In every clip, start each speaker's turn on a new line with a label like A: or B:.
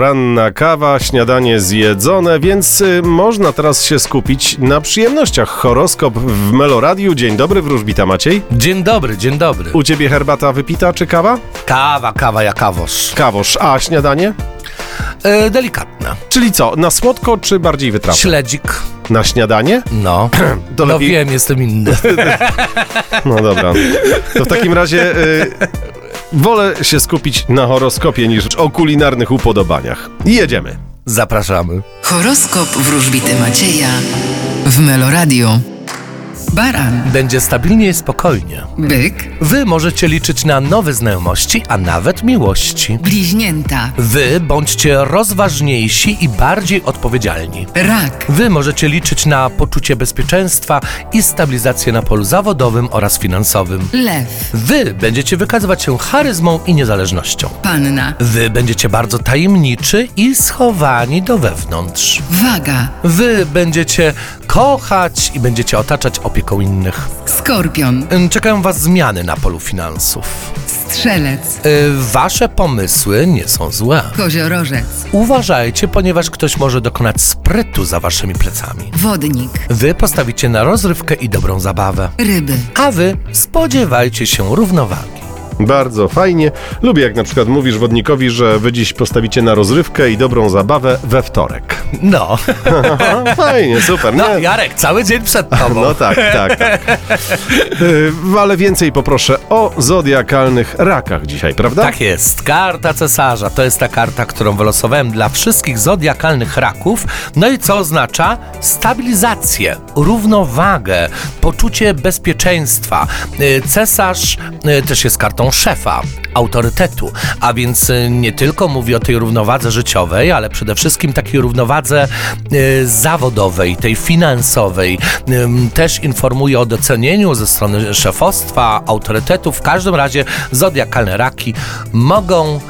A: Poranna kawa, śniadanie zjedzone, więc y, można teraz się skupić na przyjemnościach. Horoskop w Meloradiu. Dzień dobry, wróżbita Maciej.
B: Dzień dobry, dzień dobry.
A: U ciebie herbata wypita czy kawa?
B: Kawa, kawa jakawoż.
A: Kawosz, a śniadanie?
B: E, delikatna.
A: Czyli co, na słodko czy bardziej wytrawne?
B: Śledzik.
A: Na śniadanie?
B: No.
A: To
B: No
A: lepiej-
B: wiem, jestem inny.
A: No dobra. To w takim razie y, wolę się skupić na horoskopie niż o kulinarnych upodobaniach. Jedziemy.
B: Zapraszamy.
C: Horoskop wróżbity Macieja w Meloradio. Baran,
B: Będzie stabilnie i spokojnie.
C: byk,
B: Wy możecie liczyć na nowe znajomości, a nawet miłości.
C: bliźnięta,
B: Wy bądźcie rozważniejsi i bardziej odpowiedzialni.
C: rak,
B: Wy możecie liczyć na poczucie bezpieczeństwa i stabilizację na polu zawodowym oraz finansowym.
C: lew,
B: Wy będziecie wykazywać się charyzmą i niezależnością.
C: panna,
B: Wy będziecie bardzo tajemniczy i schowani do wewnątrz.
C: waga,
B: Wy będziecie kochać i będziecie otaczać opieką innych.
C: skorpion,
B: Ym, Czekają Was zmiany na polu finansów.
C: strzelec,
B: Yy, Wasze pomysły nie są złe.
C: koziorożec,
B: Uważajcie, ponieważ ktoś może dokonać sprytu za Waszymi plecami.
C: wodnik,
B: Wy postawicie na rozrywkę i dobrą zabawę,
C: ryby.
B: a Wy spodziewajcie się równowagi.
A: Bardzo fajnie. Lubię, jak na przykład mówisz wodnikowi, że wy dziś postawicie na rozrywkę i dobrą zabawę we wtorek.
B: No,
A: Aha, fajnie, super.
B: no
A: nie?
B: Jarek, cały dzień przed Tobą.
A: No tak, tak, tak. Y, Ale więcej poproszę o zodiakalnych rakach dzisiaj, prawda?
B: Tak jest. Karta cesarza to jest ta karta, którą wylosowałem dla wszystkich zodiakalnych raków. No i co oznacza? Stabilizację, równowagę, poczucie bezpieczeństwa. Y, Cesarz y, też jest kartą szefa, autorytetu, a więc y, nie tylko mówi o tej równowadze życiowej, ale przede wszystkim takiej równowadze y, zawodowej, tej finansowej. Ym, Też informuje o docenieniu ze strony szefostwa, autorytetu. W każdym razie zodiakalne raki mogą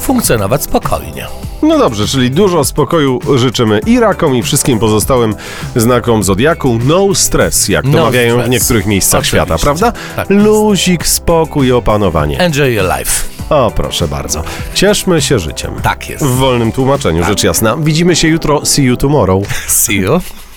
B: funkcjonować spokojnie.
A: No dobrze, czyli dużo spokoju życzymy i rakom, i wszystkim pozostałym znakom zodiaku. No stres, jak to
B: No
A: mawiają w
B: stress.
A: niektórych miejscach
B: Oczywiście.
A: świata, prawda?
B: Tak jest.
A: Luzik, spokój, opanowanie.
B: Enjoy your life.
A: O, proszę bardzo. Cieszmy się życiem.
B: Tak jest.
A: W wolnym tłumaczeniu, rzecz jasna. Widzimy się jutro. See you tomorrow.
B: See you.